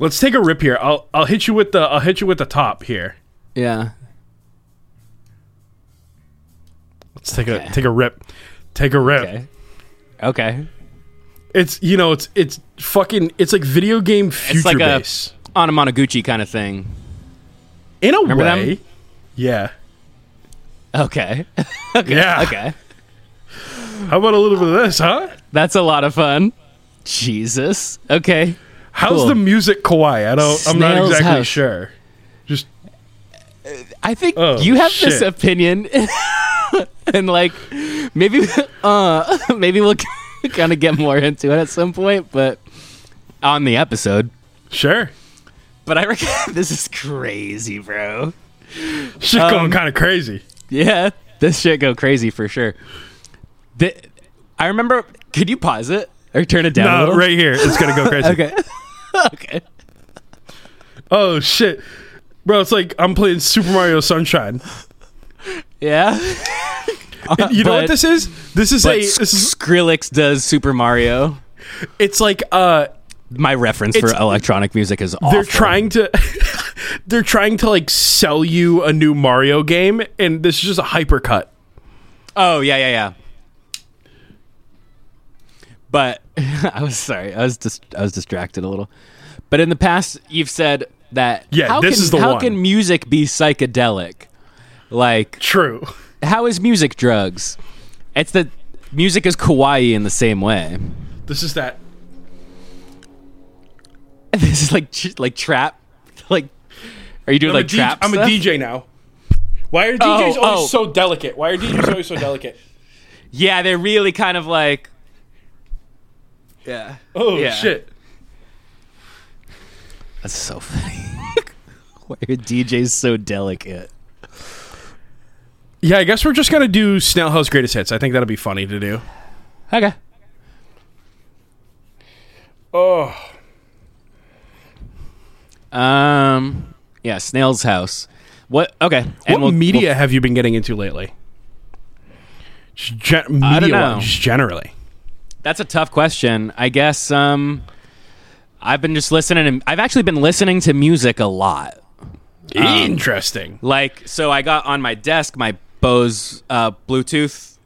Let's take a rip here. I'll I'll hit you with the I'll hit you with the top here. Yeah. Let's take Okay. a take a rip. Take a rip. Okay. Okay. It's you know it's it's fucking it's like video game future like a- base On a Monoguchi kind of thing. in a Remember them? way. Yeah, Okay. yeah. Okay. How about a little bit of this, huh? That's a lot of fun. Jesus. Okay. How's Cool. the music, Kawhi? I don't. I'm not Snail's exactly house. sure. Just I think Oh, you have this shit. opinion, and like maybe, uh, maybe we'll kind of get more into it at some point, but on the episode. sure. But I reckon this is crazy, bro. Shit Um, going kind of crazy. Yeah, this shit go crazy for sure. The, I remember. Could you pause it or turn it down? a No, little? right here. It's going to go crazy. Okay. okay. Oh, shit. Bro, it's like I'm playing Super Mario Sunshine. Yeah. And you know Uh, But- what this is? This is a But this is Skrillex does Super Mario. it's like uh My reference for It's- electronic music is awful. they're trying to they're trying to like sell you a new Mario game and this is just a hypercut. Oh yeah, yeah, yeah. But I was sorry. I was just I was distracted a little. But in the past, you've said that Yeah, how this can, is the how one. can music be psychedelic? Like True. how is music drugs? It's that music is kawaii in the same way. This is that This is like tr- like trap. Like are you doing I'm, like a, DJ, trap? I'm a stuff? DJ now. Why are DJs always oh. so delicate? Why are DJs always so delicate? Yeah, they're really kind of like yeah. Oh Yeah. shit. That's so funny. Why are DJs so delicate? Yeah, I guess we're just gonna do Snellhouse Greatest Hits. I think that'll be funny to do. Okay. Oh, Um. Yeah, Snail's House. What? Okay. what And we'll- media have you been getting into lately? Just gen- I don't media, know. just generally. we'll- that's a tough question. I guess. Um. I've been just listening. And I've actually been listening to music a lot. Um, Interesting. Like, so I got on my desk my Bose uh, Bluetooth,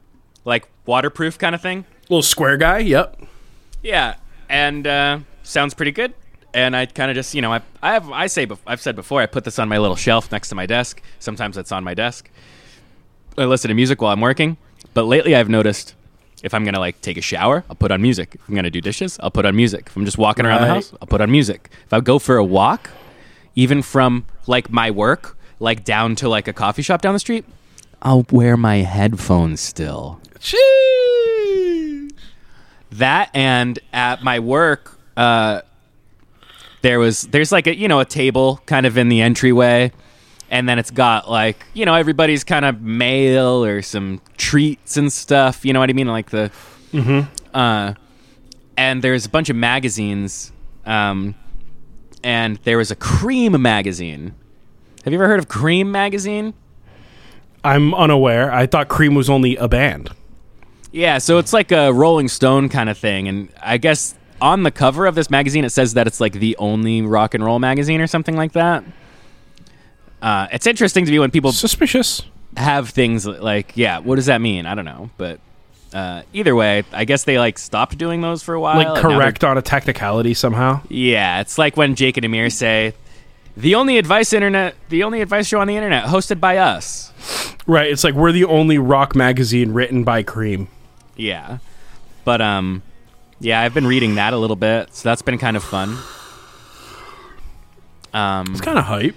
like waterproof kind of thing. Little square guy. Yep. Yeah, and uh, sounds pretty good. And I kind of just, you know, I, I have, I say, bef- I've said before, I put this on my little shelf next to my desk. Sometimes it's on my desk. I listen to music while I'm working. But lately, I've noticed if I'm gonna like take a shower, I'll put on music. If I'm gonna do dishes, I'll put on music. If I'm just walking around the Right. house, I'll put on music. If I go for a walk, even from like my work, like down to like a coffee shop down the street, I'll wear my headphones still. Jeez. that and at my work uh there was there's like a you know a table kind of in the entryway and then it's got like you know everybody's kind of mail or some treats and stuff you know what i mean like the uh and there's a bunch of magazines um and there was a cream magazine have you ever heard of cream magazine I'm unaware. I thought Cream was only a band. Yeah, so it's like a Rolling Stone kind of thing, and I guess on the cover of this magazine it says that it's like the only rock and roll magazine or something like that. Uh, it's interesting to me when people Suspicious. have things like, yeah, what does that mean? I don't know, but uh, either way, I guess they like stopped doing those for a while. Like and now they're- correct on a technicality somehow. yeah, it's like when Jake and Amir say, "The only advice internet, the only advice show on the internet, hosted by us." Right. It's like we're the only rock magazine written by Cream. Yeah. But um yeah, I've been reading that a little bit, so that's been kind of fun. Um Kind of hype.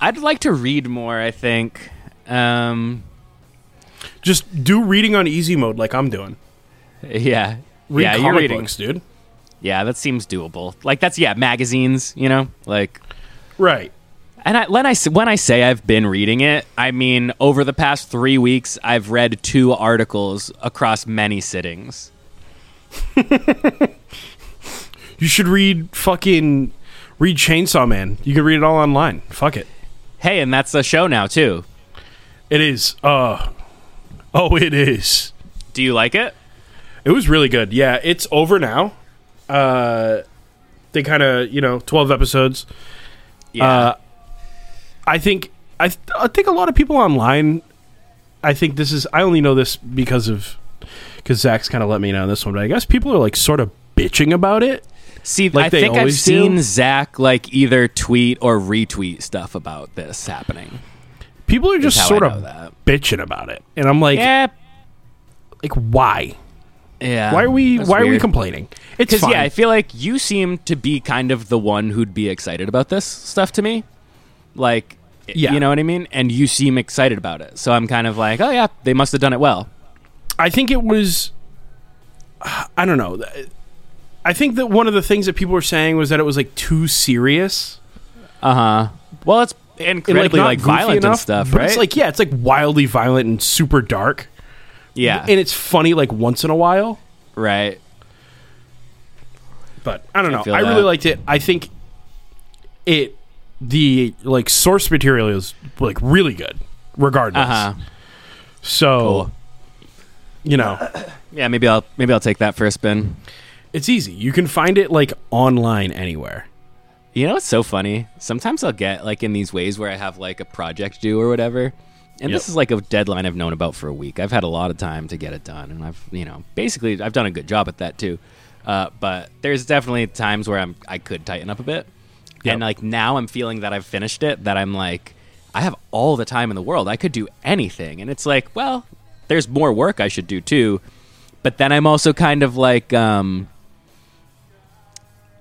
I'd like to read more, I think. Um Just do reading on easy mode like I'm doing. yeah. Read yeah, comic you're reading. books, dude. Yeah, that seems doable. Like that's yeah, magazines, you know? Like Right. and I, when I s- when I say I've been reading it, I mean over the past 3 weeks I've read two articles across many sittings. You should read fucking read Chainsaw Man. You can read it all online. Fuck it. Hey, and that's a show now too. It is. Uh oh, it is. Do you like it? It was really good. Yeah, it's over now. Uh, they kind of you know twelve episodes. Yeah. Uh, I think I, th- I think a lot of people online. I think this is. I only know this because of because Zach's kind of let me know this one. But I guess people are like sort of bitching about it. See, Like I they think I've always do? seen Zach like either tweet or retweet stuff about this happening. People are how just I sort know of that. bitching about it, and I'm like, Yeah, like why? yeah. Why are we? Oh, That's Why are we weird. complaining? It's Because fine. yeah, I feel like you seem to be kind of the one who'd be excited about this stuff to me. Like, Yeah. you know what I mean. And you seem excited about it, so I'm kind of like, oh yeah, they must have done it well. I think it was. I don't know. I think that one of the things that people were saying was that it was like too serious. Uh huh. Well, it's And, incredibly not like, goofy violent and enough, stuff, but right? It's like yeah, it's like wildly violent and super dark, yeah, and it's funny like once in a while. right. But I don't know. feel I, really that. liked it. I think it the like source material is like really good, regardless. Uh huh. So Cool. you know, Yeah, maybe I'll maybe I'll take that for a spin. it's easy. You can find it like online anywhere. You know what's so funny? Sometimes I'll get like in these ways where I have like a project due or whatever. And Yep. this is like a deadline I've known about for a week. I've had a lot of time to get it done. And I've, you know, basically I've done a good job at that too. Uh, but there's definitely times where I'm, I could tighten up a bit. And like now I'm feeling that I've finished it, that I'm like, I have all the time in the world. I could do anything. And it's like, well, there's more work I should do too. But then I'm also kind of like, um,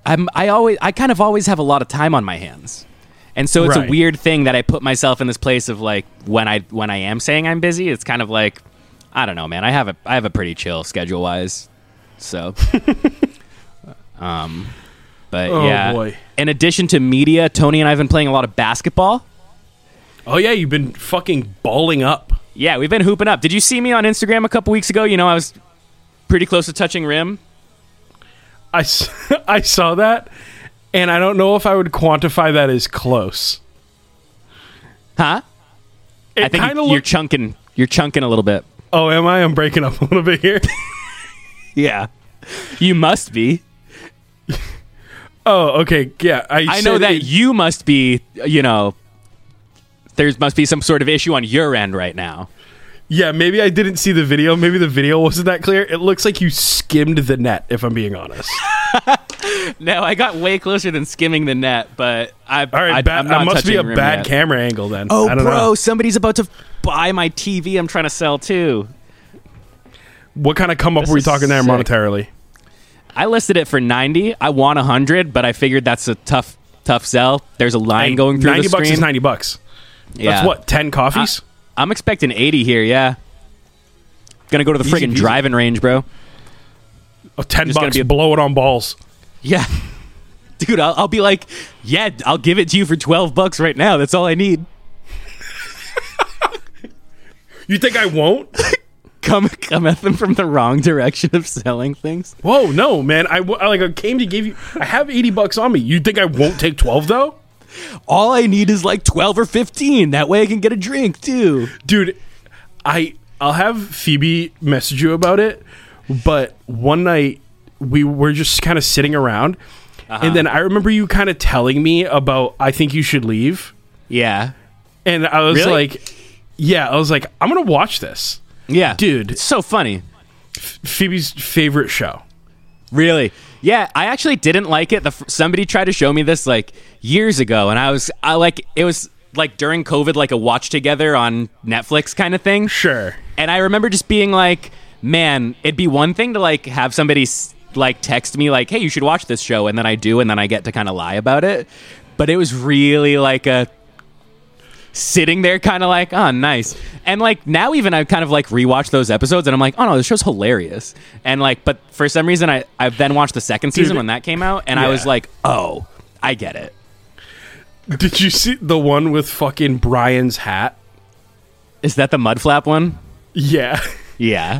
I'm I always I kind of always have a lot of time on my hands. And so it's Right. a weird thing that I put myself in this place of like when I when I am saying I'm busy, it's kind of like I don't know, man. I have a I have a pretty chill schedule wise. So um but Oh, yeah. boy. In addition to media, Tony and I've been playing a lot of basketball. Oh yeah, you've been fucking balling up. Yeah, we've been hooping up. Did you see me on Instagram a couple weeks ago? You know, I was pretty close to touching rim. I, s- I saw that, and I don't know if I would quantify that as close. Huh? It I think kinda you're looked- chunking you're chunking a little bit. oh, am I? I'm breaking up a little bit here. Yeah. You must be. oh, okay, yeah. I, I said know that it- you must be, you know, there must be some sort of issue on your end right now. yeah, maybe I didn't see the video. Maybe the video wasn't that clear. It looks like you skimmed the net. If I'm being honest. No, I got way closer than skimming the net, but I All right, I, ba- I'm not that must be touching a rim bad yet. camera angle then. Oh, I bro, don't know. somebody's about to buy my TV. I'm trying to sell too. What kind of come up were we is talking there sick. monetarily? I listed it for 90. I want 100, but I figured that's a tough, tough sell. There's a line going through ninety the bucks screen. is ninety bucks. yeah. Ah. That's what ten coffees. I'm expecting 80 here. Yeah, gonna go to the Easy friggin' peasy. driving range, bro. oh, ten just gonna bucks. be a- blow it on balls. Yeah. Dude, I'll, I'll be like, yeah, I'll give it to you for 12 bucks right now. That's all I need. You think I won't? Come come at them from the wrong direction of selling things. Whoa, no, man! I, w- I, like I came to give you. I have eighty bucks on me. You think I won't take twelve though, All I need is like 12 or 15. That way I can get a drink too. dude? I I'll have Phoebe message you about it. But one night we were just kind of sitting around, and then I remember you kind of telling me about. I think you should leave, Yeah. and I was Really? like, yeah, I was like, I'm gonna watch this. Yeah. Dude. It's so funny. Phoebe's favorite show. Really? Yeah, I actually didn't like it. The f- somebody tried to show me this like years ago, and I was I like it was like during COVID, like a watch together on Netflix kind of thing. Sure. And I remember just being like, man, it'd be one thing to like have somebody s- like text me like, hey, you should watch this show, and then I do, and then I get to kind of lie about it. But it was really like a sitting there kind of like, oh, nice. And like now even I've kind of like rewatched those episodes and I'm like, oh no, this show's hilarious. And like, but for some reason I, I then watched the second season when that came out and I was yeah. like, oh, I get it. Did you see the one with fucking Brian's hat? Is that the mud flap one? Yeah. Yeah.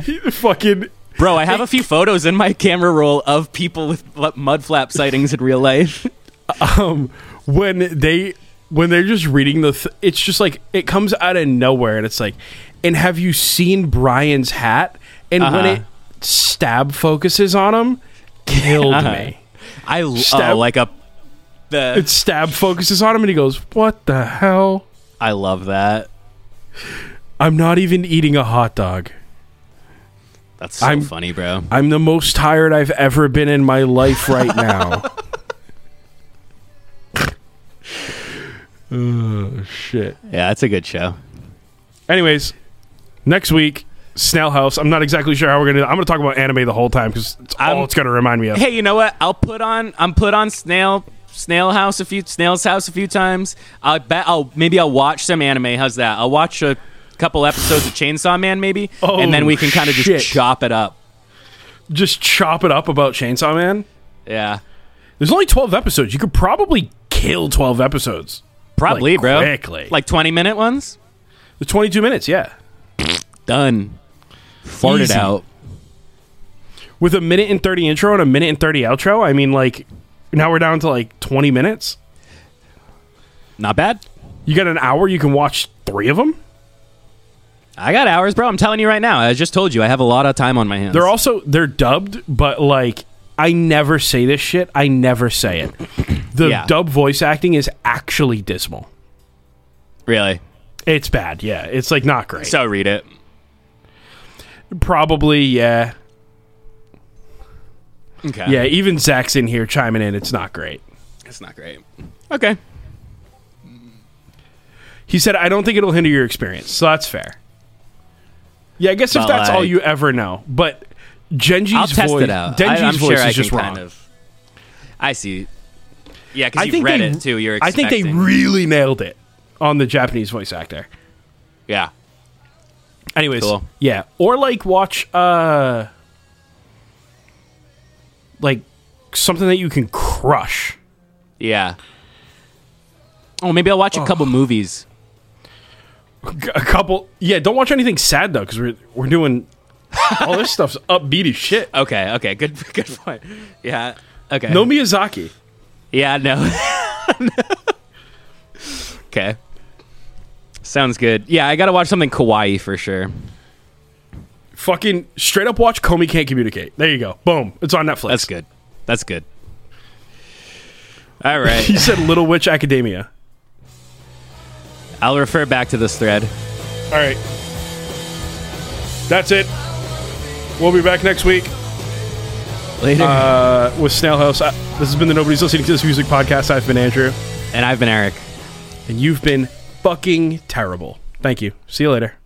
fucking Bro, I have a few photos in my camera roll of people with fl- mud flap sightings in real life. um when they when they're just reading the th- it's just like it comes out of nowhere and it's like and have you seen Brian's hat and when Uh-huh. it stab focuses on him killed me Uh-huh. I l- Stab- oh, like a the it stab focuses on him and he goes what the hell I love that. I'm not even eating a hot dog That's so I'm- funny, bro. I'm the most tired I've ever been in my life right now oh shit Yeah, that's a good show. Anyways, next week, Snail House. I'm not exactly sure how we're gonna. I'm gonna talk about anime the whole time because it's all I'm- it's gonna remind me of. Hey, you know what? I'll put on I'm put on snail snail house a few snail's house a few times. I bet I'll maybe I'll watch some anime. How's that? I'll watch a couple episodes of Chainsaw Man maybe, Oh, and then we can kind of shit. just chop it up. Just chop it up about Chainsaw Man. Yeah. There's only 12 episodes. You could probably kill 12 episodes. Probably, like, bro. quickly. Like 20 minute ones? The 22 minutes, yeah. Done. Farted Easy. out. With a minute and 30 intro and a minute and 30 outro, I mean, like, now we're down to like 20 minutes. Not bad. You got an hour, you can watch three of them. I got hours, bro. I'm telling you right now. I just told you I have a lot of time on my hands. They're also they're dubbed, but like I never say this shit. I never say it. The Yeah. dub voice acting is actually dismal. really. It's bad. Yeah, it's like not great. So read it. Probably yeah. Okay. Yeah, even Zach's in here chiming in. It's not great. It's not great. Okay. He said, "I don't think it'll hinder your experience." So that's fair. Yeah, I guess if But, that's all like- you ever know, but Genji's I'll test voice, it out. Denji's I, am voice sure I is just can wrong. kind of. I see. Yeah, I because you think read they- it too. You're. I think they expecting- really nailed it on the Japanese voice actor. yeah. Anyways, Cool. yeah, or like watch uh like something that you can crush. Yeah. Oh, maybe I'll watch a couple movies. G- A couple, yeah. Don't watch anything sad though, because we're we're doing all this stuff's upbeat as shit. Okay. Okay. Good. Good point. Yeah. Okay. No Miyazaki. Yeah. No. okay. Sounds good. Yeah, I gotta watch something kawaii for sure. Fucking straight up watch Comey Can't Communicate. There you go. Boom. It's on Netflix. That's good. That's good. All right. He said Little Witch Academia. I'll refer back to this thread. All right. That's it. We'll be back next week. Later. Uh, with Snailhouse. I, this has been the Nobody's Listening to This Music podcast. I've been Andrew. and I've been Eric. and you've been fucking terrible. Thank you. See you later.